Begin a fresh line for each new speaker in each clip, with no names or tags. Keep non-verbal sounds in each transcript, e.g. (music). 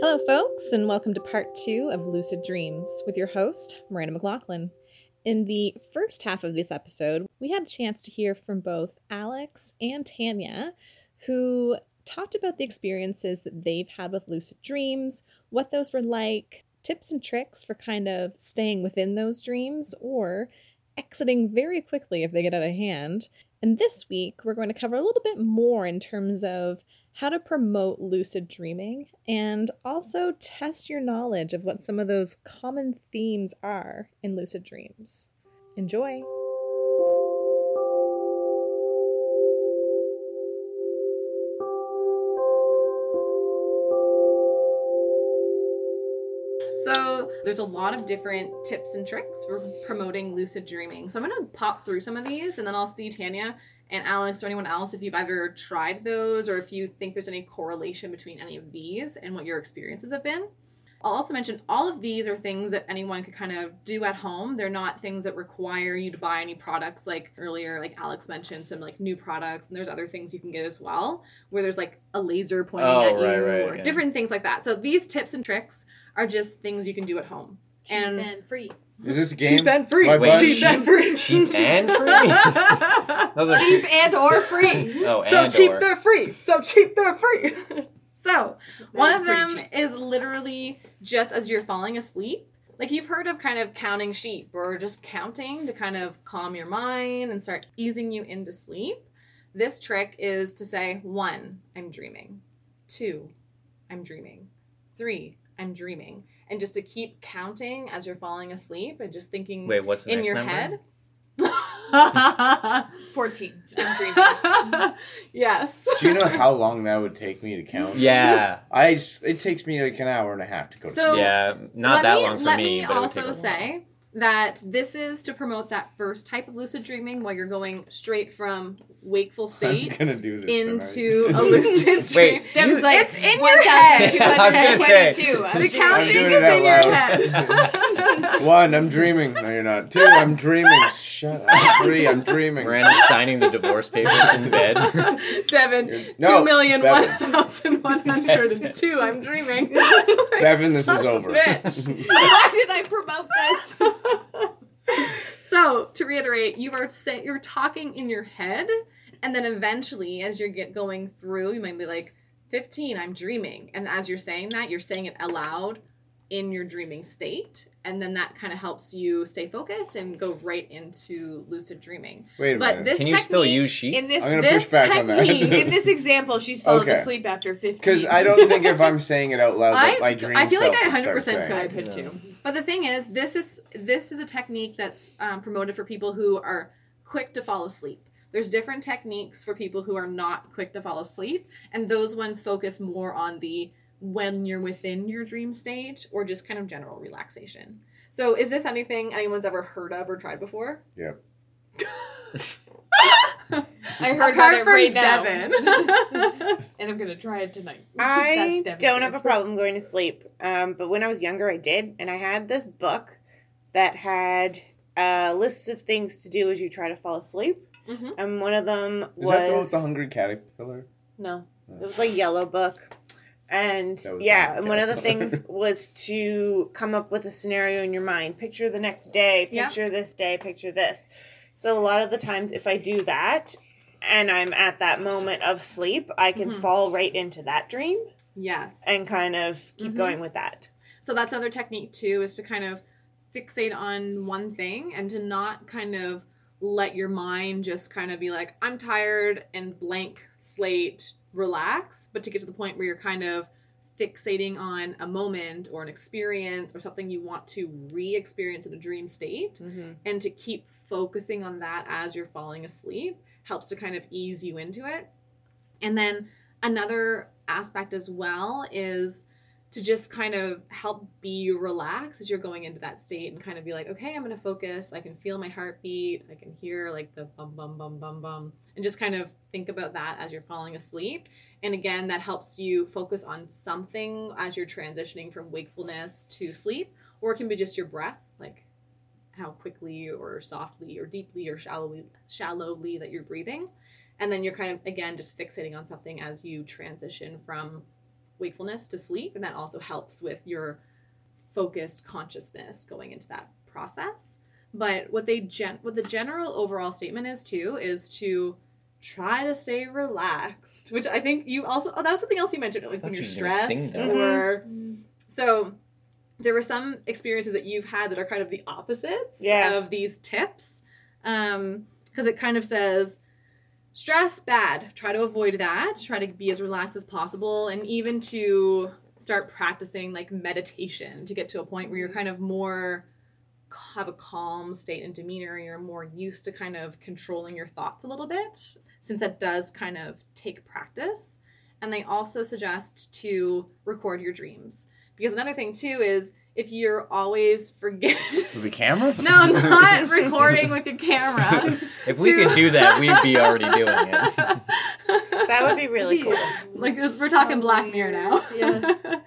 Hello, folks, and welcome to part two of Lucid Dreams with your host, Miranda McLaughlin. In the first half of this episode, we had a chance to hear from both Alex and Tanya, who talked about the experiences that they've had with lucid dreams, what those were like, tips and tricks for kind of staying within those dreams or exiting very quickly if they get out of hand. And this week, we're going to cover a little bit more in terms of how to promote lucid dreaming, and also test your knowledge of what some of those common themes are in lucid dreams. Enjoy! So, there's a lot of different tips and tricks for promoting lucid dreaming. So, I'm going to pop through some of these and then I'll see Tanya and Alex or anyone else if you've either tried those or if you think there's any correlation between any of these and what your experiences have been. I'll also mention all of these are things that anyone could kind of do at home. They're not things that require you to buy any products like earlier, like Alex mentioned, some like new products, and there's other things you can get as well, where there's like a laser pointing
Oh,
at you
right, right,
or
yeah.
different things like that. So these tips and tricks are just things you can do at home.
Cheap
And-
and, free.
Is this a game?
and free.
My bus-
cheap and free.
Cheap
(laughs)
and free? Those are cheap.
Cheap and (laughs) or free.
Oh,
so
and
cheap
or.
they're free. So cheap they're free. so one
That's
of
pretty
them
cheap.
is literally just as you're falling asleep. Like you've heard of kind of counting sheep or just counting to kind of calm your mind and start easing you into sleep. This trick is to say one, I'm dreaming, two, I'm dreaming, three, I'm dreaming, and just to keep counting as you're falling asleep and just thinking
Wait, what's the
in
next
your
number?
(laughs)
head.
14. I'm dreaming.
(laughs) yes.
Do you know how long that would take me to count?
Yeah,
I s- it takes me like an hour and a half to go.
(laughs)
to
So-
sleep.
yeah, not
let
that
me,
long for
let
me.
me
but
also
it would take a while.
say that this is to promote that first type of lucid dreaming where you're going straight from
(laughs)
wakeful
I'm
state
gonna do this (laughs)
into
tonight.
a lucid dream.
(laughs) Wait,
Devin's
you-
like,
It's in
(laughs)
your head.
I was gonna say.
1,222. I'm
The
dreaming.
counting
doing
is
it
in
out
your
loud.
head.
One, I'm dreaming. No, you're not. Two, I'm dreaming. Shut up. Three, I'm dreaming.
Miranda signing
(laughs)
the divorce papers in bed. (laughs)
Devin,
You're- no,
two million one
Devin.
thousand one hundred and two. I'm dreaming.
(laughs)
(laughs)
Devin, this
Son
is
of a
over.
bitch.
Why did I promote this?
so to reiterate, you are saying you're talking in your head, and then eventually, as you get going through, you might be like, "15, I'm dreaming," and as you're saying that, you're saying it aloud in your dreaming state, and then that kind of helps you stay focused and go right into lucid dreaming.
(laughs) Wait a
But
minute.
this
(laughs) Can you still
technique-
use sheep?
In this,
I'm gonna
this
push back on that.
technique-
in this example, she's falling
Okay.
asleep after 15.
Because I don't think
(laughs)
if I'm saying it out loud,
I,
that my dream.
I feel like
self
I
would start
100%
saying
could.
could
it.
too.
But the thing is, this is this is a technique that's um, promoted for people who are quick to fall asleep. There's different techniques for people who are not quick to fall asleep, and those ones focus more on the when you're within your dream stage or just kind of general relaxation. So, is this anything anyone's ever heard of or tried before?
Yep.
I heard about it right now.
Devin. (laughs)
And I'm going to try it tonight. (laughs)
(laughs)
That's
I
Devin's
don't have a
answer.
problem going to sleep, um, but when I was younger, I did, and I had this book that had uh, lists of things to do as you try to fall asleep,
Mhm.
and one of them
Is that the,
was
the Hungry Caterpillar?
no, it was like yellow book, and
That was
yeah,
not
and one of the
Caterpillar. (laughs)
things was to come up with a scenario in your mind, picture the next day,
Yeah.
picture this day, picture this. So a lot of the times, if I do that. And I'm at that moment of sleep, I can
Mhm.
fall right into that dream.
yes.
and kind of keep
Mhm.
going with that.
So that's another technique too, is to kind of fixate on one thing and to not kind of let your mind just kind of be like, I'm tired and blank slate, relax, but to get to the point where you're kind of fixating on a moment or an experience or something you want to re-experience in a dream state and to keep focusing on that as you're falling asleep helps to kind of ease you into it. And then another aspect as well is to just kind of help be you relax as you're going into that state and kind of be like, okay, I'm gonna focus. I can feel my heartbeat. I can hear like the bum bum bum bum bum, and just kind of think about that as you're falling asleep. And again, that helps you focus on something as you're transitioning from wakefulness to sleep, or it can be just your breath, like how quickly or softly or deeply or shallowly shallowly that you're breathing and then you're kind of again just fixating on something as you transition from wakefulness to sleep, and that also helps with your focused consciousness going into that process. But what they gen- what the general overall statement is too is to try to stay relaxed, which I think you also oh, that was something else you mentioned like when
thought
you're
you were gonna sing
stressed
that.
or so there were some experiences that you've had that are kind of the opposites
Yeah.
of these tips because it kind of says stress bad try to avoid that try to be as relaxed as possible and even to start practicing like meditation to get to a point where you're kind of more have a calm state and demeanor you're more used to kind of controlling your thoughts a little bit since that does kind of take practice and they also suggest to record your dreams because another thing too is if you're always forget (laughs)
The camera?
no
(laughs)
I'm not recording with your camera
If we
To-
could do that, we'd be already
(laughs)
doing it.
That would
(laughs)
be really cool.
like we're talking black mirror now
(laughs) Yeah.
You
But-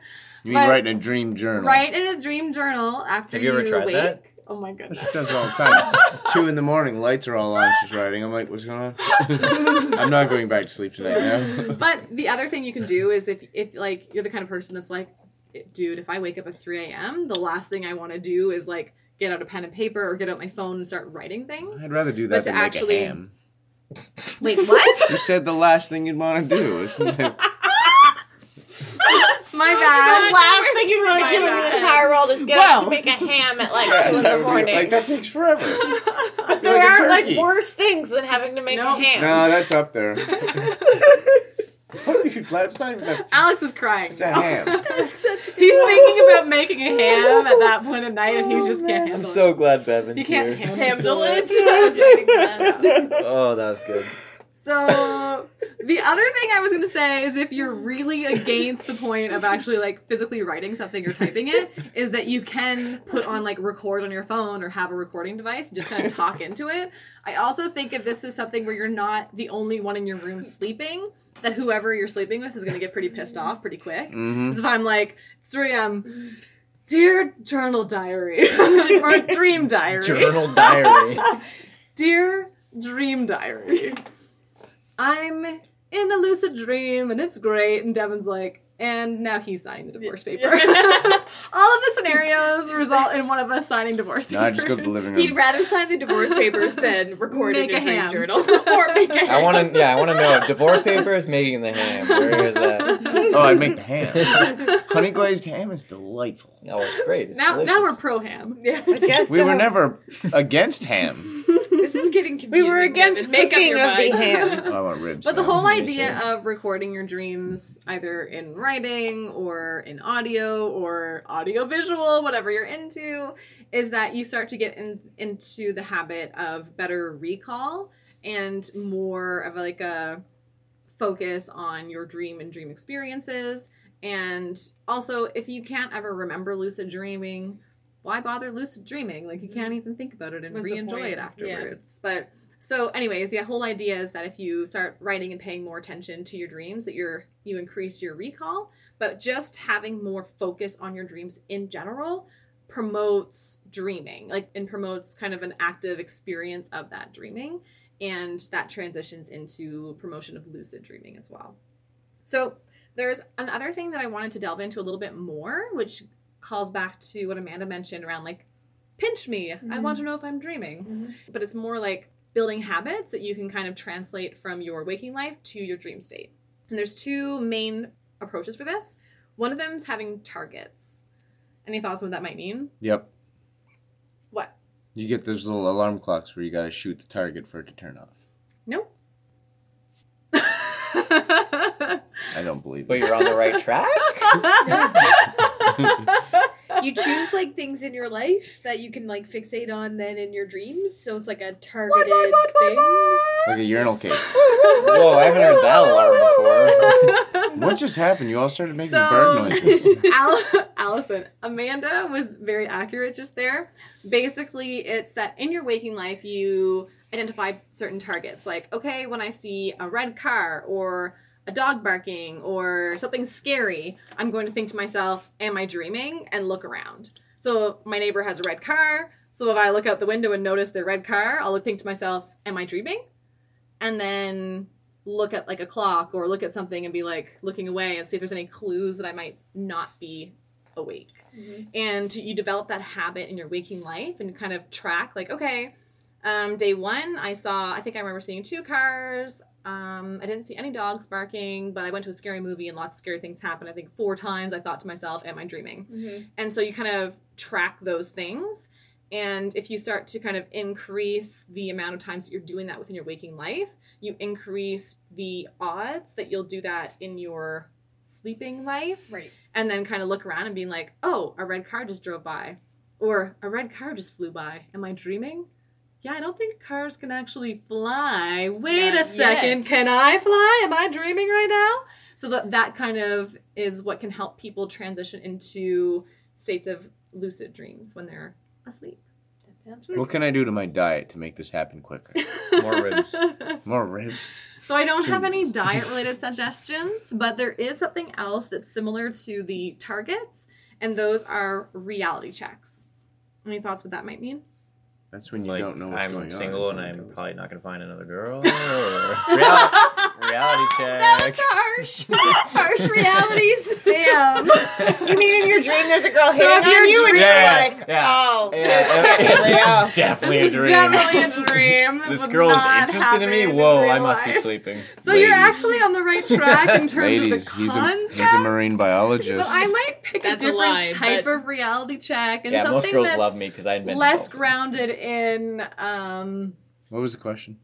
mean writing a dream
(laughs)
journal?
write in a dream journal after
Have you ever tried
wake
that?
oh my goodness
She does it all the time. (laughs) Two in the morning, lights are all on. She's writing. I'm like, what's going on? (laughs) I'm not going back to sleep tonight. Now.
but the other thing you can do is if if like you're the kind of person that's like dude if i wake up at 3 a.m the last thing i want to do is like get out a pen and paper or get out my phone and start writing things
I'd rather do
But to
that than make
actually-
a ham.
wait what
You said the last thing you'd want to do. Isn't it?
(laughs) my bad
last thing you want to do in
God.
the entire world is get
Well.
up to make a ham at like
Yes,
two in
that
the
would be-
morning.
Like that takes forever.
but
you're
there
like a
are like
turkey.
worse things than having to make
No.
a ham.
No, that's up there. (laughs) What are you- That's not even a,
(laughs) alex is crying
it's a ham.
(laughs) He's thinking about making a ham at that point of night, and he just can't handle it.
glad Bevan's
He can't handle,
Handle
it. (laughs)
Oh, that was good.
so the other thing I was going to say is if you're really against the point of actually like physically writing something or typing it, is that you can put on like record on your phone or have a recording device and just kind of talk into it. I also think if this is something where you're not the only one in your room sleeping, that whoever you're sleeping with is going to get pretty pissed off pretty quick.
Mm-hmm.
Because if I'm like, it's 3 a.m., dear journal diary, (laughs) or dream diary,
Journal diary.
dear dream diary, I'm in a lucid dream and it's great. And Devin's like, and now he's signing the divorce paper. All of the scenarios result in one of us signing divorce
No,
papers.
I just go to the living
He'd
room.
rather sign the divorce papers than record
Make
in
a
a dream
ham.
journal (laughs) or make a
I
ham. (laughs)
want to. Yeah, I want to know. Divorce papers making the ham. Where is that?
(laughs) Oh, I'd make the ham. Honey glazed ham is delightful.
Oh, it's great. It's
(laughs) now,
delicious.
now we're pro ham.
Yeah.
I guess
We
so.
were never against ham.
This is getting
(laughs) We
confusing.
were against
Devin. Make up
cooking
your
of the
mind.
ham.
Oh, I want ribs.
But the
now.
whole
(laughs) Me
idea
too.
of recording your dreams either in writing or in audio or audio visual, whatever you're into, is that you start to get in, into the habit of better recall and more of like a focus on your dream and dream experiences. And also, if you can't ever remember lucid dreaming, why bother lucid dreaming? Like, you can't even think about it and
What's the
re enjoy
point?
it
Yeah.
afterwards. But so, anyways, the whole idea is that if you start writing and paying more attention to your dreams, that you're you increase your recall. But just having more focus on your dreams in general promotes dreaming, like and promotes kind of an active experience of that dreaming, and that transitions into promotion of lucid dreaming as well. So there's another thing that I wanted to delve into a little bit more, which calls back to what Amanda mentioned around like pinch me. I want to know if I'm dreaming but it's more like building habits that you can kind of translate from your waking life to your dream state. And there's two main approaches for this. One of them is having targets. Any thoughts on what that might mean?
Yep.
What?
You get those little alarm clocks where you gotta shoot the target for it to turn off.
Nope. (laughs)
I don't believe
But
it.
you're on the right
(laughs)
track.
You choose like things in your life that you can like fixate on then in your dreams. So it's like a targeted thing.
Like a urinal (laughs) cake.
Whoa, I haven't heard that alarm before.
What just happened? You all started making
So-
bird noises.
Al- Allison, Amanda was very accurate just there. Basically, it's that in your waking life, you identify certain targets. Like, okay, when I see a red car or a dog barking or something scary, I'm going to think to myself, am I dreaming? And look around. So, my neighbor has a red car. So, if I look out the window and notice their red car, I'll think to myself, am I dreaming? And then look at like a clock or look at something and be like looking away and see if there's any clues that I might not be awake.
Mhm.
And you develop that habit in your waking life and kind of track like, okay, um, day one, I saw, I think I remember seeing two cars. Um, I didn't see any dogs barking, but I went to a scary movie and lots of scary things happened. I think four times I thought to myself, am I dreaming?
Mhm.
And so you kind of track those things. And if you start to kind of increase the amount of times that you're doing that within your waking life, you increase the odds that you'll do that in your sleeping life.
Right.
And then kind of look around and being like, oh, a red car just drove by. Or a red car just flew by. Am I dreaming? Yeah, I don't think cars can actually fly. Wait
Not
a second. Can I fly? Am I dreaming right now? So that that kind of is what can help people transition into states of lucid dreams when they're asleep.
That sounds
What can I do to my diet to make this happen quicker?
(laughs)
More ribs.
More ribs.
So I don't have any diet related suggestions, but there is something else that's similar to the targets, and those are reality checks. Any thoughts what that might mean?
That's when you
Like,
don't know what's
I'm
going
single
on.
and I'm (laughs)
Someone
probably not going to find another
(laughs)
(laughs)
girl. or- reality, reality check. (laughs)
harsh. harsh realities.
Damn.
You mean in your dream there's a
So
girl hitting
if you're
on you and
dreaming-
you're like,
Yeah,
oh, (laughs)
(laughs)
Yeah,
this is
this (laughs)
real.
is definitely a
this is
dream.
definitely
(laughs)
a dream. This,
this
would
girl is
not
interested
happen
in me. Whoa,
real
I must be
life.
sleeping.
(laughs) So you're
Ladies.
actually on the right track in terms
Ladies,
of the
he's a,
concept.
he's a marine biologist.
but I might pick
That's
a
a
different
lie,
type
but-
of reality check and
yeah,
something
most girls
that's
love me because I invented all
less
of this.
grounded in um,
What was the question?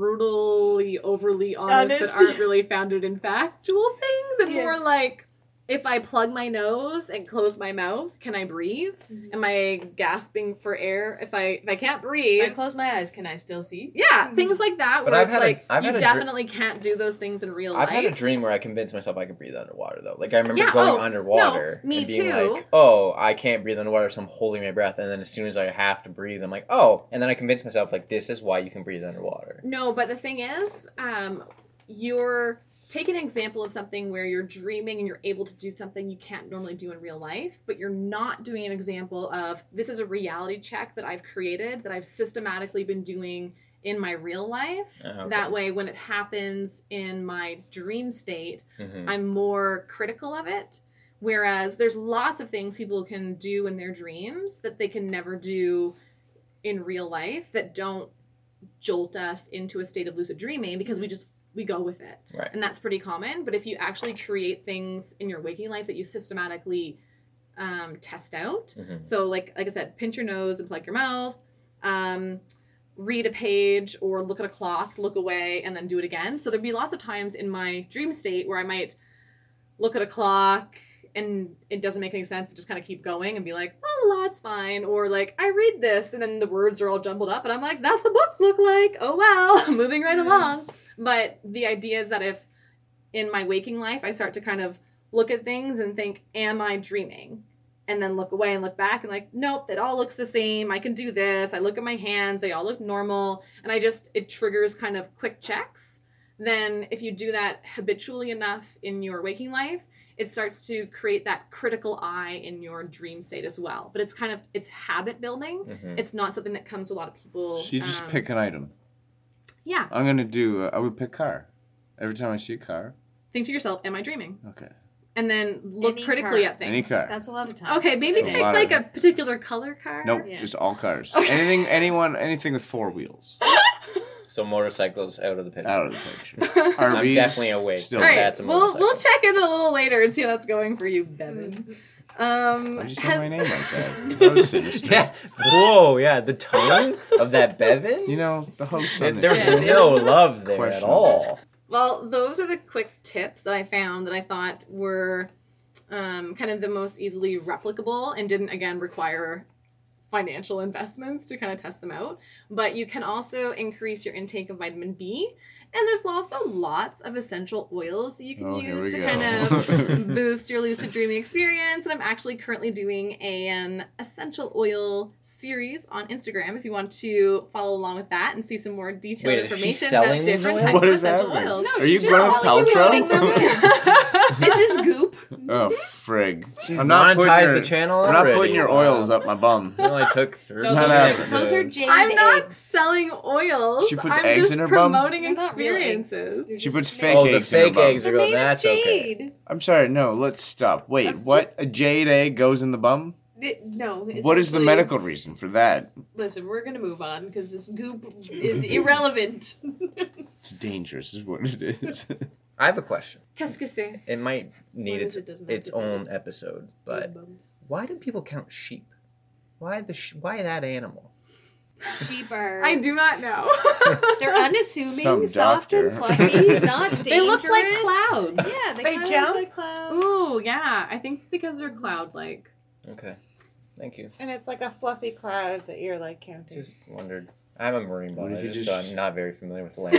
brutally overly honest,
Honest,
that aren't
yeah.
really founded in factual things and
Yeah.
more like if I plug my nose and close my mouth, can I breathe?
Mhm.
Am I gasping for air? If I if I can't
If I
breathe,
close my eyes, can I still see?
yeah,
Mhm.
things like that
But
where
I've
it's
had a-
like
I've
you
had a dr-
definitely can't do those things in real
I've
life.
had a dream where I convinced myself I could breathe underwater though. Like I remember
Yeah,
going
oh,
underwater
no, me
and being
too.
like, "Oh, I can't breathe underwater, so I'm holding my breath." And then as soon as I have to breathe, I'm like, "Oh!" And then I convinced myself like, "This is why you can breathe underwater."
No, but the thing is, um, you're take an example of something where you're dreaming and you're able to do something you can't normally do in real life, but you're not doing an example of this is a reality check that I've created that I've systematically been doing in my real life.
Uh-huh.
That way, when it happens in my dream state,
Mhm.
I'm more critical of it. Whereas there's lots of things people can do in their dreams that they can never do in real life that don't jolt us into a state of lucid dreaming because we just we go with it.
Right.
And that's pretty common. But if you actually create things in your waking life that you systematically um, test out,
Mhm.
so like like I said, pinch your nose and plug your mouth. Um, read a page or look at a clock, look away, and then do it again. So there'd be lots of times in my dream state where I might look at a clock and it doesn't make any sense, but just kind of keep going and be like, la la, la, it's fine. Or like, I read this, and then the words are all jumbled up, and I'm like, that's what books look like. Oh well, (laughs) moving right
Mm.
along. But the idea is that if in my waking life I start to kind of look at things and think, am I dreaming? And then look away and look back and like, nope, that all looks the same. I can do this. I look at my hands, they all look normal. And I just, it triggers kind of quick checks. Then if you do that habitually enough in your waking life, it starts to create that critical eye in your dream state as well. But it's kind of, it's habit building.
Mhm.
It's not something that comes to a lot of people.
Mm-hmm. So you just
um,
pick an item.
Yeah.
I'm gonna do. Uh, I would pick car. Every time I see a car.
Think to yourself, am I dreaming?
Okay.
And then look
Any
critically
car.
at things.
Any car.
That's a lot of time.
Okay, maybe
It's a
pick
lot of
like a
them.
particular color car.
Nope.
Yeah.
Just all (laughs) cars.
Okay.
Anything. Anyone. Anything with four wheels.
So motorcycles out of the picture.
Out of the picture.
(laughs)
(laughs)
All
RVs.
I'm definitely awake.
still
All
Alright,
right,
That's a
we'll we'll
motorcycle.
check in a little later and see how that's going for you,
(laughs)
Bevan. Um,
Why'd you say
has-
my name like (laughs) that? That was sinister.
(laughs) Yeah. Whoa. Yeah. The tone of that Bevan.
You know the host.
There-
On
There's
this.
no love there at
Question.
all.
Well, those are the quick tips that I found that I thought were um, kind of the most easily replicable and didn't, again, require financial investments to kind of test them out. But you can also increase your intake of vitamin B. And there's also lots of essential oils that you can
Oh, here we
use to
go.
kind of
(laughs)
boost your lucid dreaming experience. And I'm actually currently doing an essential oil series on Instagram. If you want to follow along with that and see some more detailed
Wait, is she
information
selling
about
these
different
oils?
types
What
of
does that
essential
mean?
oils.
Are you
she's
Gwyneth
just telling you
(laughs)
Paltrow?
things are
(laughs)
good. this is Goop.
oh frig.
She's
I'm not putting
monetized
your-
the channel.
I'm not
already.
putting your
Wow.
oils up my bum.
You're I took through.
It's not
the
happening.
episode.
Those are Jade
I'm not
eggs.
selling oils.
She puts
I'm
eggs
just
in her bum?
promoting
They're not real eggs.
experiences.
They're
She
just
puts
made-
fake
Oh, the
eggs. in her
fake
bum.
eggs are
They're
going.
made
That's
of
okay.
jade.
I'm sorry. No, let's stop. Wait,
I'm
what?
just-
A jade egg goes in the bum?
It- no. it's
What is the
actually-
medical reason for that?
Listen, we're gonna move on because this goop
(laughs)
is irrelevant.
It's dangerous, is what it is. (laughs)
I have a question.
Qu'est-ce que c'est?
It might need
long
its
as it doesn't have
its
to do
own
with
episode, but
Bums.
why do people count sheep? Why the sh- why that animal?
(laughs)
sheep are
I do not know. (laughs)
they're unassuming,
Some
soft and
doctor.
fluffy, not dangerous.
They look like clouds.
Yeah, they,
They
kind of
jump?
look like clouds.
(laughs) Ooh, yeah. I think because they're cloud
(laughs)
like.
Okay, thank you.
And it's like a fluffy cloud that you're like counting.
Just wondered. I'm a marine
What if
biologist,
you
so
just-
I'm not very familiar with
(laughs)
land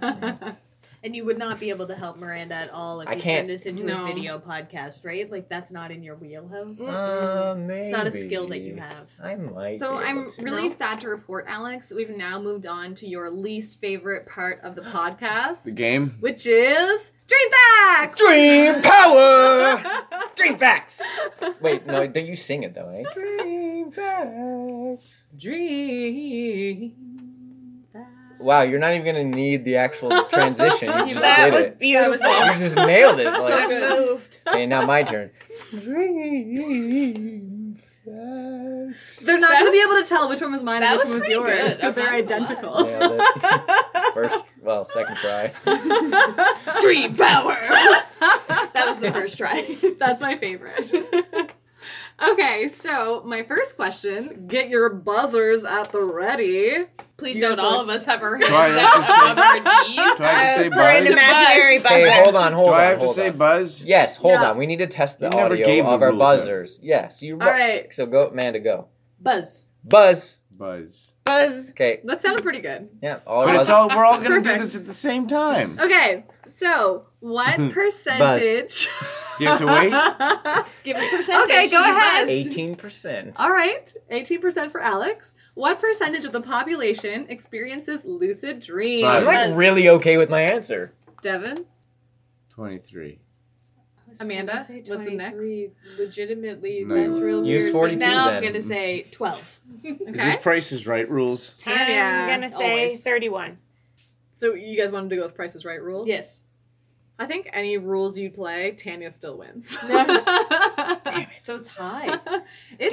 (laughs)
animals.
And you would not be able to help Miranda at all if
I
you
can't-
turn this into
No. Mm.
a video podcast, right? Like that's not in your wheelhouse.
uh, maybe.
It's not a skill that you have.
I might.
so
be
I'm
able to.
really
No.
sad to report, Alex, that we've now moved on to your least favorite part of the podcast, (laughs)
the game?
which is Dream Facts!
(laughs) Dream power. Dream facts. Wait, no, don't you sing it though, eh? Dream facts.
Dream Facts.
Wow, you're not even gonna need the (laughs) actual transition. You just
that
did
was
it.
beautiful.
You just nailed it. Like,
good.
moved.
okay, now my turn. Dream facts.
They're not
That-
going to be able to tell which one was mine
That
and which
was
one was
pretty good.
yours because
I'm
they're
not gonna
identical.
Nailed (laughs) First, well, second
(laughs)
try.
(laughs) Dream power. that was the first
(laughs)
try.
That's my favorite. (laughs) okay, so my first question get your buzzers at the ready.
Please
You guys
note all
look-
of us have our
I
hands
have
(laughs)
to
up above our knees.
Do I have to say
Uh, for an
buzz?
imaginary
Buzz.
buzzer.
Hey, hold on, hold
Do
on.
I have to
hold
say
on.
buzz?
Yes, hold
Yeah.
on. We need to test the
You never
audio
gave the
of our
rules out.
buzzers. Yes, you.
All right.
So go, Amanda, go.
Buzz.
Buzz.
Buzz.
Buzz.
Okay.
That sounded pretty good.
Yeah. All
But
buzz.
it's all we're all gonna do
Perfect.
this at the same time.
Okay, so
(laughs)
what percentage?
Do you have to wait?
Give a percentage.
Okay, go
You
ahead.
buzzed.
Eighteen percent.
(laughs) All right, 18% for Alex. What percentage of the population experiences lucid dreams?
I'm
Five.
like
Buzz.
really okay with my answer.
Devin?
Twenty-three.
Amanda, what's the next?
23. Legitimately,
No.
that's real
Use
weird.
42
but now
then.
I'm gonna say twelve.
Is this
Okay.
Price is Right rules?
Yeah,
I'm gonna say
always.
31.
So you guys wanted to go with Price is Right rules?
Yes.
I think any rules you play, Tanya still
(laughs)
wins.
So it's (laughs) high.
(laughs) it's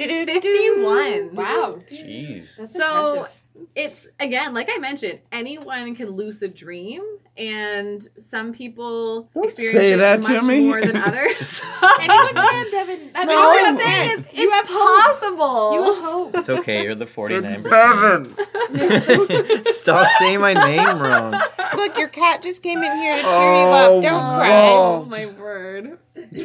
51.
Do-do-do.
Wow. dude.
Jeez.
That's
So-
impressive.
It's again, like I mentioned, anyone can lucid dream, and some people
Don't
experience
say
it
that to
much
me.
more
(laughs)
than others.
(laughs) Anyone can, Devin.
(laughs)
(laughs) I mean,
All
you
I'm
have
saying
hope.
is,
you have
it's
hope.
possible. (laughs)
You (laughs) have hope.
It's okay. You're the forty-nine
Bevan.
percent. (laughs) Stop saying my name wrong.
Look, your cat just came in here to cheer
Oh,
you up. Don't
wow.
cry.
oh my word!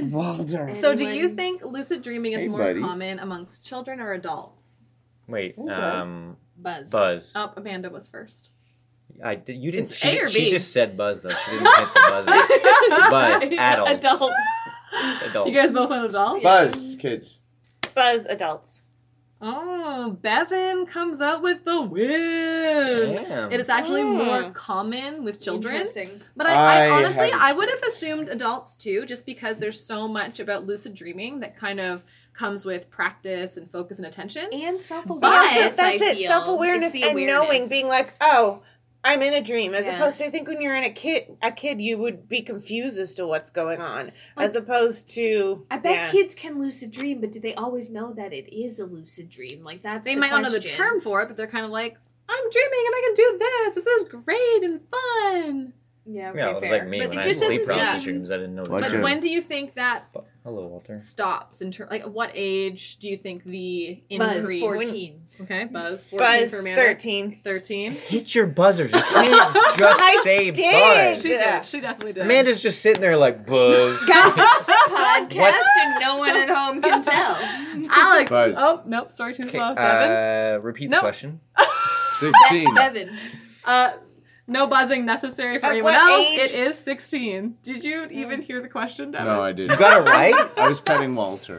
Walder.
So, do
Anyone-
you think lucid dreaming is
Hey,
more
buddy.
common amongst children or adults?
Wait. Um.
Buzz.
Buzz.
Oh, Amanda was first.
I did, you didn't.
It's
She,
A or
she
B?
just said buzz though. She didn't hit the
(laughs)
buzzer. Buzz. Adults.
Adults.
Adults.
You guys both went adults.
Buzz, kids.
Buzz adults.
Oh, Bevan comes out with the win.
Damn.
It is actually
Oh.
more common with children.
Interesting.
But I, I
I
honestly,
haven't-
I would have assumed adults too, just because there's so much about lucid dreaming that kind of comes with practice and focus and attention.
And self
But
Bias,
also, that's it. Self awareness and knowing, being like, oh, I'm in a dream. As
Yeah.
opposed to, I think when you're in a kid, a kid, you would be confused as to what's going on. as opposed to,
I bet
yeah.
kids can lucid dream, but do they always know that it is a lucid dream? Like that's
they
the
might not know the
question.
term for it, but they're kind of like, I'm dreaming and I can do this. This is great and fun.
Yeah, okay,
Yeah, it was
fair.
like me
But
when
it
I had
just
sleep
doesn't
paralysis
seem-
dreams. I didn't know. the
Like
But
Sure.
term.
when do you think that
Bu- Hello, Walter.
stops? In ter- like, at what age do you think the
Buzz
increase?
fourteen.
Okay, Buzz. 14
Buzz
for Amanda. (laughs)
13.
13.
Hit your buzzers. You can't
I
just say
did.
buzz.
She
Yeah.
did. She definitely did. (laughs)
Amanda's just sitting there like buzz.
(laughs) Guys, this is a podcast,
What's-
and no one at home (laughs) can tell.
Alex.
Buzz.
Oh, nope. Sorry, too (laughs)
Okay,
slow. Devin.
Uh, repeat
Nope.
the question.
Sixteen.
Evan,
Uh, no buzzing necessary for
At
anyone
what
else.
age?
It is 16. Did you even hear the question, Devin?
No, I didn't.
You got it right.
(laughs) I was
(laughs)
petting Walter.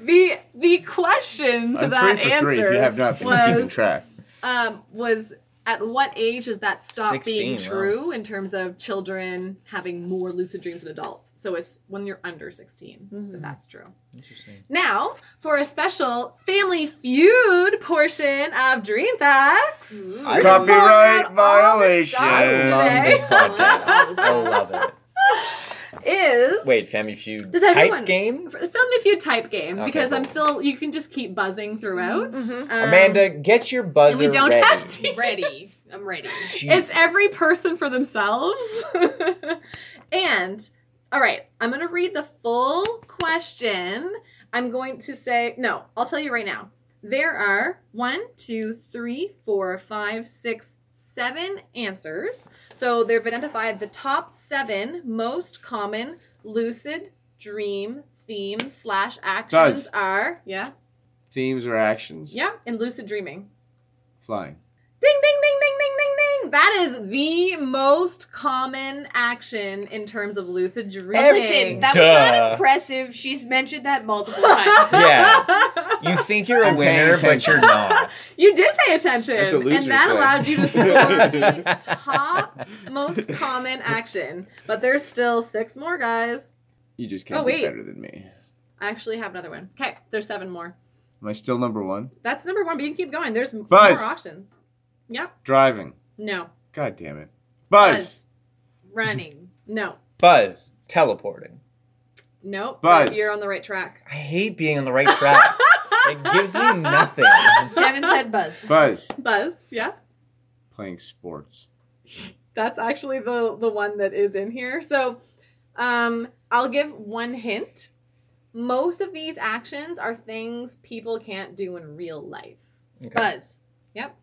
The the question to
I'm
that
three for
answer
three. If you have not been keeping
was
track,
um was at what age does that stop
16,
being
wow.
true in terms of children having more lucid dreams than adults? So it's when you're under 16
Mm-hmm.
that that's true.
Interesting.
Now, for a special family feud portion of Dream Facts.
I
Copy. Just
love
Copyright
pulling out all the
violation.
stops today.
this podcast.
All
I love
this
it.
Is
Wait, Family Feud
Does
type
everyone-
game?
a family feud type game
Okay,
because I'm
cool. Mm-hmm.
still. You can just keep buzzing throughout. Um,
Amanda, get your buzzer
and we don't
ready.
have to.
ready.
(laughs)
I'm ready.
Jesus.
It's every person for themselves. (laughs) and all right, I'm going to read the full question. I'm going to say, no, I'll tell you right now. There are one, two, three, four, five, six, seven answers. So they've identified the top seven most common lucid dream theme slash actions
Guys.
are yeah
Themes or actions?
yeah in lucid dreaming
Flying.
Ding, ding, ding, ding, ding, ding, ding. That is the most common action in terms of lucid dreaming.
Listen, that was
Duh.
not impressive. She's mentioned that multiple
(laughs)
times.
(laughs) Yeah. You think you're a
I'm paying
winner, but
attention.
you're not.
(laughs) you did pay attention,
That's what losers
and that
say.
allowed you to score
(laughs)
the top most common action. But there's still six more guys.
You just can't
Oh,
be
wait.
better than me.
I actually have another one. Okay, there's seven more.
Am I still number one?
That's number one, but you can keep going. There's
Buzz.
more options. Yep.
Driving.
No.
God damn it. Buzz.
Running.
No.
Buzz, teleporting.
Nope.
Buzz.
You're on the right track.
I hate being on the right track. it gives me nothing.
Devin said buzz.
Buzz.
Buzz. Yeah.
Playing sports.
that's actually the the one that is in here. So, um, I'll give one hint. Most of these actions are things people can't do in real life.
Buzz.
Yep.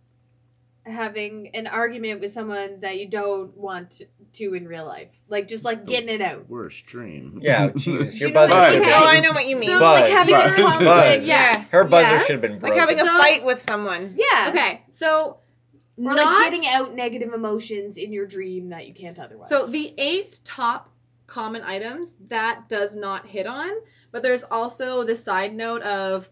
Having an argument with someone that you don't want to in real life. Like just like getting it out.
Worst dream. (laughs)
Yeah, Jesus, your
You know
buzzer.
what
Buzz.
you
Oh,
had?
I know what you mean.
So
Buzz.
like having
Buzz.
a conflict.
Buzz.
Yeah.
Her buzzer
Yes.
should have been
like
broken.
having a
So-
fight with someone.
Yeah.
Okay, so
Or
not
like getting out negative emotions in your dream that you can't otherwise.
So the eight top common items that does not hit on, but there's also the side note of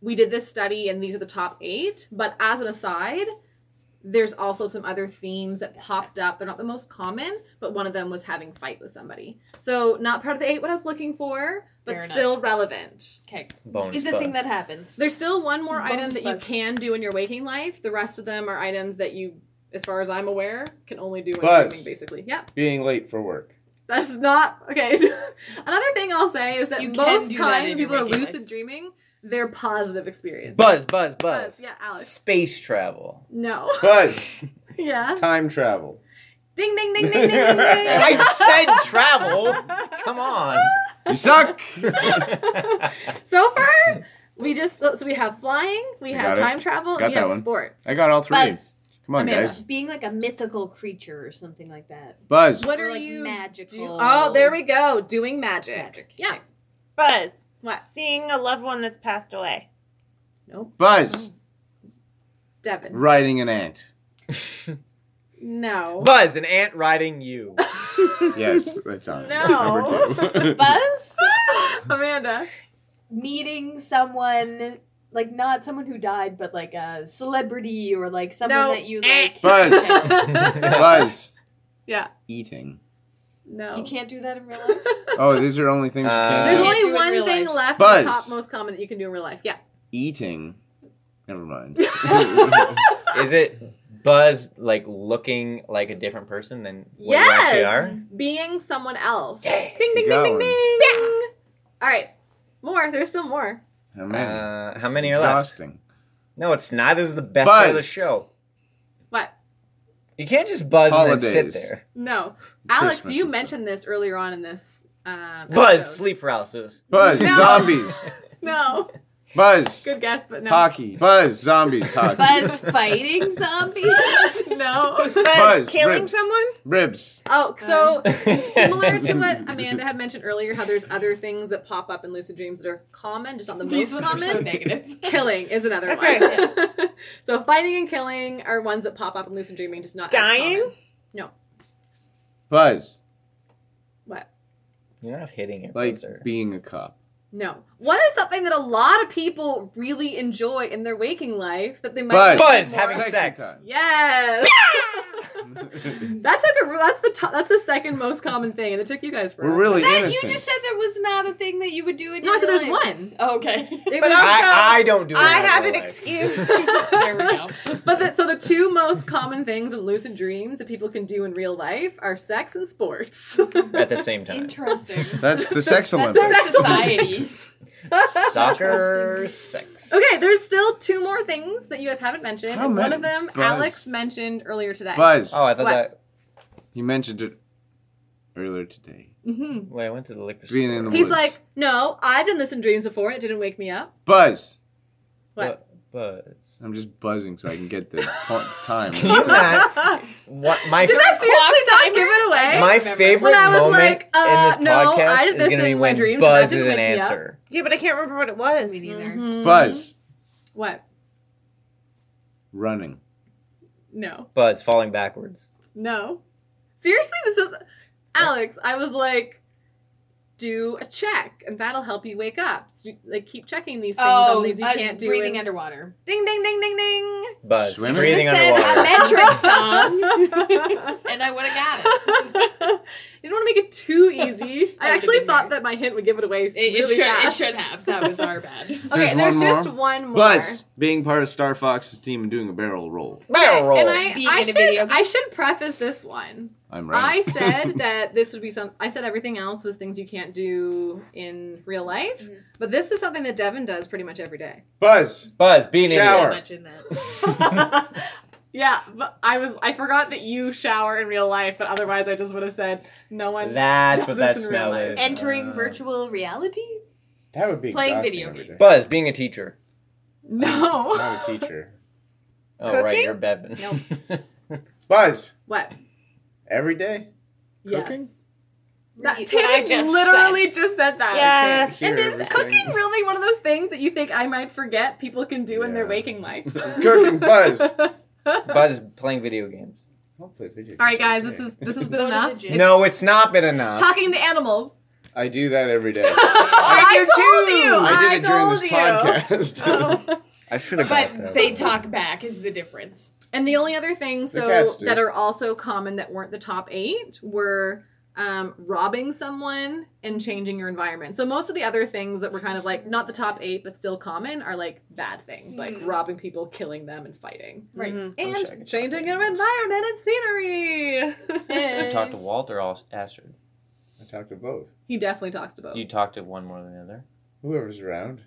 we did this study and these are the top eight. But as an aside, there's also some other themes that popped up. They're not the most common, but one of them was having fight with somebody. So not part of the eight what I was looking for, but
Fair enough.
still relevant.
okay.
Bonus
is the
buzz.
thing that happens.
There's still one more item
Bonus
that you
buzz.
can do in your waking life. The rest of them are items that you, as far as I'm aware, can only do when
Buzz.
dreaming, basically. Yep.
Being late for work.
That's not okay. (laughs) Another thing I'll say is that
You can
most
do that
times
in your
people are
waking
lucid dreaming, they're positive experience.
Buzz, buzz, buzz.
Buzz, yeah, Alex.
Space travel.
(laughs)
no. (laughs)
Buzz.
yeah.
Time travel.
Ding ding ding ding ding
(laughs)
ding. ding.
I said travel. Come on.
You suck.
(laughs) So far, we just so, so we have flying, we
I
have
got it.
time travel,
Got
we
that
have
one.
sports.
I got all three.
Buzz.
Come on,
Amanda.
guys.
Being like a mythical creature or something like that.
Buzz.
What
Or
are
like
you
magical.
do- oh, there we go. Doing magic.
Magic.
Yeah.
Buzz.
What?
Seeing a loved one that's passed away.
Nope.
Buzz.
Devin.
Riding an ant.
No.
Buzz, an ant riding you.
(laughs)
Yes, that's on.
No. (laughs)
Number two.
Buzz?
(laughs)
(laughs)
Amanda.
(laughs) Meeting someone like not someone who died, but like a celebrity or like someone
No.
that you like.
Buzz. (laughs) Buzz.
Yeah.
Eating.
no.
You can't do that in real life.
Oh, these are only things you
Uh,
can't
There's
do.
Can't do it
only
in
one
real
thing
life.
left,
Buzz.
the top most common that you can do in real life.
(laughs)
Yeah. (laughs)
Eating. Never
(laughs)
mind.
Is it Buzz like looking like a different person than what you actually
yes,
are?
being someone else. Ding ding ding
Got
ding
one.
ding. All right, more. There's still more.
How many?
Uh,
This
how
is
many are left?
exhausting.
No, it's not. This is the best part of the
Buzz.
show.
What?
You can't just buzz and then
Holidays.
sit there.
No, Alex,
Christmas
you
and
mentioned this earlier on in this. Um,
Buzz,
episode.
sleep paralysis.
Buzz,
No.
(laughs)
zombies.
No,
Buzz,
good guess, but no.
hockey. Buzz, zombies, hockey.
(laughs) Buzz fighting (laughs) zombies.
(laughs) No.
Buzz,
Buzz,
killing
ribs.
someone.
Ribs.
Oh, so similar
Similar
to what Amanda had mentioned earlier, how there's other things that pop up in lucid dreams that are common, just not the
These
most
ones are so
common.
(laughs) negative.
killing is another
Okay.
one. (laughs) so fighting and killing are ones that pop up in lucid dreaming, just not as
Dying?
common.
Buzz,
What?
You're not hitting it,
like
buzzer.
being a cop.
No. What is something that a lot of people really enjoy in their waking life that they might
Buzz.
enjoy
Buzz,
more?
having
Sexy
sex. (laughs)
time.
Yes. (laughs) that took a. That's the to that's the second most common thing, and it took you guys for.
We're really
That
innocent.
you just said there was not a thing that you would do in
no.
your
So there's
life.
one.
(laughs) Oh, okay. (laughs)
It
But
was-
I- Also,
I, I don't do it.
I
in
have
real
an
life.
excuse. (laughs)
(laughs)
there we go.
but the, so the two most common things in lucid dreams that people can do in real life are sex and sports. (laughs)
At the same time.
Interesting.
That's the sex
That's
Olympics.
our (laughs) society.
Soccer, sex.
Okay, there's still two more things that you guys haven't mentioned.
How
and one
many?
of them
Buzz.
Alex mentioned earlier today.
Buzz.
Oh, I thought
What?
that.
You mentioned it earlier today.
Mm-hmm.
Mhm.
Wait, I went to the liquor store.
Being in the
He's
woods.
like, no, I've done this in dreams before. It didn't wake me up.
Buzz.
What?
Buzz.
I'm just buzzing so I can get the point time.
(laughs)
Can you not? What my
Did I seriously not
timer?
give it away?
my
remember.
favorite
When I was
moment
like, uh,
in this
no, I
podcast
did
is
this
going to be
in my
when
dreams, and
Buzz
I
is an
didn't wake me up.
answer.
yeah, but I can't remember what it was.
Me neither.
Mhm.
Buzz.
What?
Running.
No.
Buzz falling backwards.
No. Seriously, this is Alex. I was like, do a check, and that'll help you wake up. So you- like, keep checking these things on these you
uh,
can't do.
breathing
in-
underwater.
ding, ding, ding, ding, ding.
Buzz
Swimming?
breathing
Should've said
underwater.
(laughs)
a metric song, and I would have got (laughs) it.
Didn't want to make it too
(laughs)
easy. I
That
actually
would've been
thought
right.
that my hint would give it away.
It, it
really
should.
fast.
It should have. That was
(laughs)
our bad.
Okay,
There's
and there's
one more.
just one more.
Buzz being part of Star Fox's team and doing a barrel roll.
Barrel roll.
And I,
Being
I
in a video
should, I should preface this one.
I'm right. (laughs)
I said that this would be some. I said everything else was things you can't do in real life, but this is something that Devin does pretty much every
(laughs)
day.
Buzz.
Buzz being an
Shower.
idiot.
Not much in that.
yeah, but I was. I forgot that you shower in real life, but otherwise, I just would have said no one.
That's what
This
that
is
smell
real life.
is.
Entering virtual reality.
That would be
Playing
exhausting
video
every
games.
day.
Buzz being a teacher.
(laughs) no.
Not
(laughs)
a teacher.
Oh right,
Cooking?
you're Bevan.
Buzz.
What?
Every day. Cooking?
Yes. That,
What
Tanner
I just
literally just said that.
Yes.
Here,
And is
everything.
cooking really one of those things that you think I might forget people can do in their
Yeah.
waking life?
(laughs) Cooking, Buzz.
(laughs) Buzz is playing video games.
I'll play video games
All right, guys,
every
this
day.
is
(laughs)
this has been
Go to the
enough.
gym.
no, it's not been enough.
Talking to animals.
I do that every day.
(laughs) I, told you.
I did it during
Oh, told
this
you. (laughs) Oh.
podcast.
I should have got
But
that.
they talk back is the difference.
And the only other things
The
so
cats do.
that are also common that weren't the top eight were um, robbing someone and changing your environment. So most of the other things that were kind of like not the top eight but still common are like bad things, like
Mm-hmm.
robbing people, killing them, and fighting,
Mm-hmm.
wish
Right.
I could
and
talk
changing
to
your
animals.
environment and scenery. (laughs)
you talk to Walter or Astrid.
I talk to both.
he definitely talks to both.
Do you talk to one more than the other?
Whoever's around.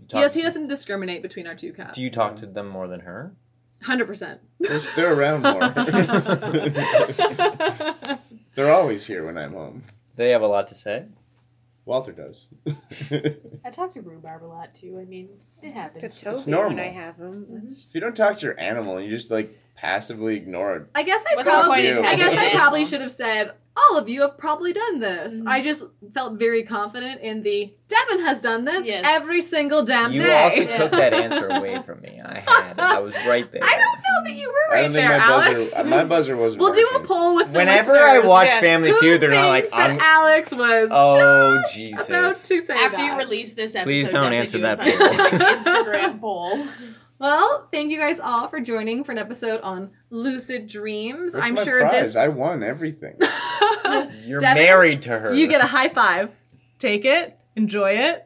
You
He, does, he doesn't discriminate between our two cats.
Do you talk to them more than her?
Hundred
(laughs)
percent.
They're, they're around
(laughs)
more. (laughs) they're always here when I'm home.
They have a lot to say.
Walter does. (laughs) if
I talk to rhubarb a lot too. I mean, it
To
happens.
Toby when
normal.
I have him. That's-
you don't talk to your animal and you just like passively ignore it,
I guess I
What's the
probably,
point in
I guess I
having
an
probably
animal?
should have said all of you have probably done this. I just felt very confident in the Devin has done this
Yes.
every single damn
You
day.
also
Yeah.
(laughs)
took that answer away from me. I had. it. I was right there.
I don't know that you were
I
right
don't think
there,
my
Alex.
buzzer. uh, My buzzer was.
we'll do a
working.
poll with the
Whenever I
listeners.
watch
yes.
Family
Who
Feud, they're not like,
thinks that
I'm.
Alex was.
Oh,
just
Jesus.
about to say
After
that.
you release this episode,
Please don't
definitely
answer
do a
that
scientific Instagram poll.
Well, thank you guys all for joining for an episode on lucid dreams.
Where's
I'm
my
sure
prize?
this
I won
(laughs)
everything.
You're
Devin,
married to her.
You get a high five. Take it. Enjoy it.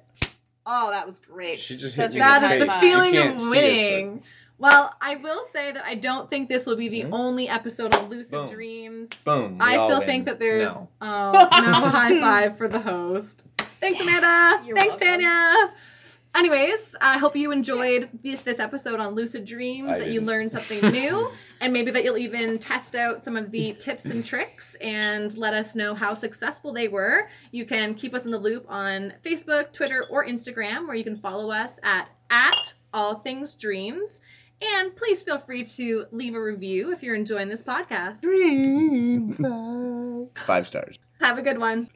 Oh, that was great.
She just
Such
hit
a
me
that
in the
is
face.
the
five.
feeling
you can't
of
see it,
winning. well, I will say that I don't think this will be the
Hmm?
only episode on Lucid
Boom.
Dreams.
Boom. we
I
all
still
win.
think that there's
No. (laughs)
um, no high five for the host. Thanks, Amanda.
You're
Thanks,
welcome.
Tanya. Anyways, I hope you enjoyed thi- this episode on lucid dreams,
I
that you
didn't.
learned
(laughs)
something new, and maybe that you'll even test out some of the tips and tricks and let us know how successful they were. You can keep us in the loop on Facebook, Twitter, or Instagram, where you can follow us at at all things dreams. And please feel free to leave a review if you're enjoying this podcast.
but- Five stars.
Have a good one.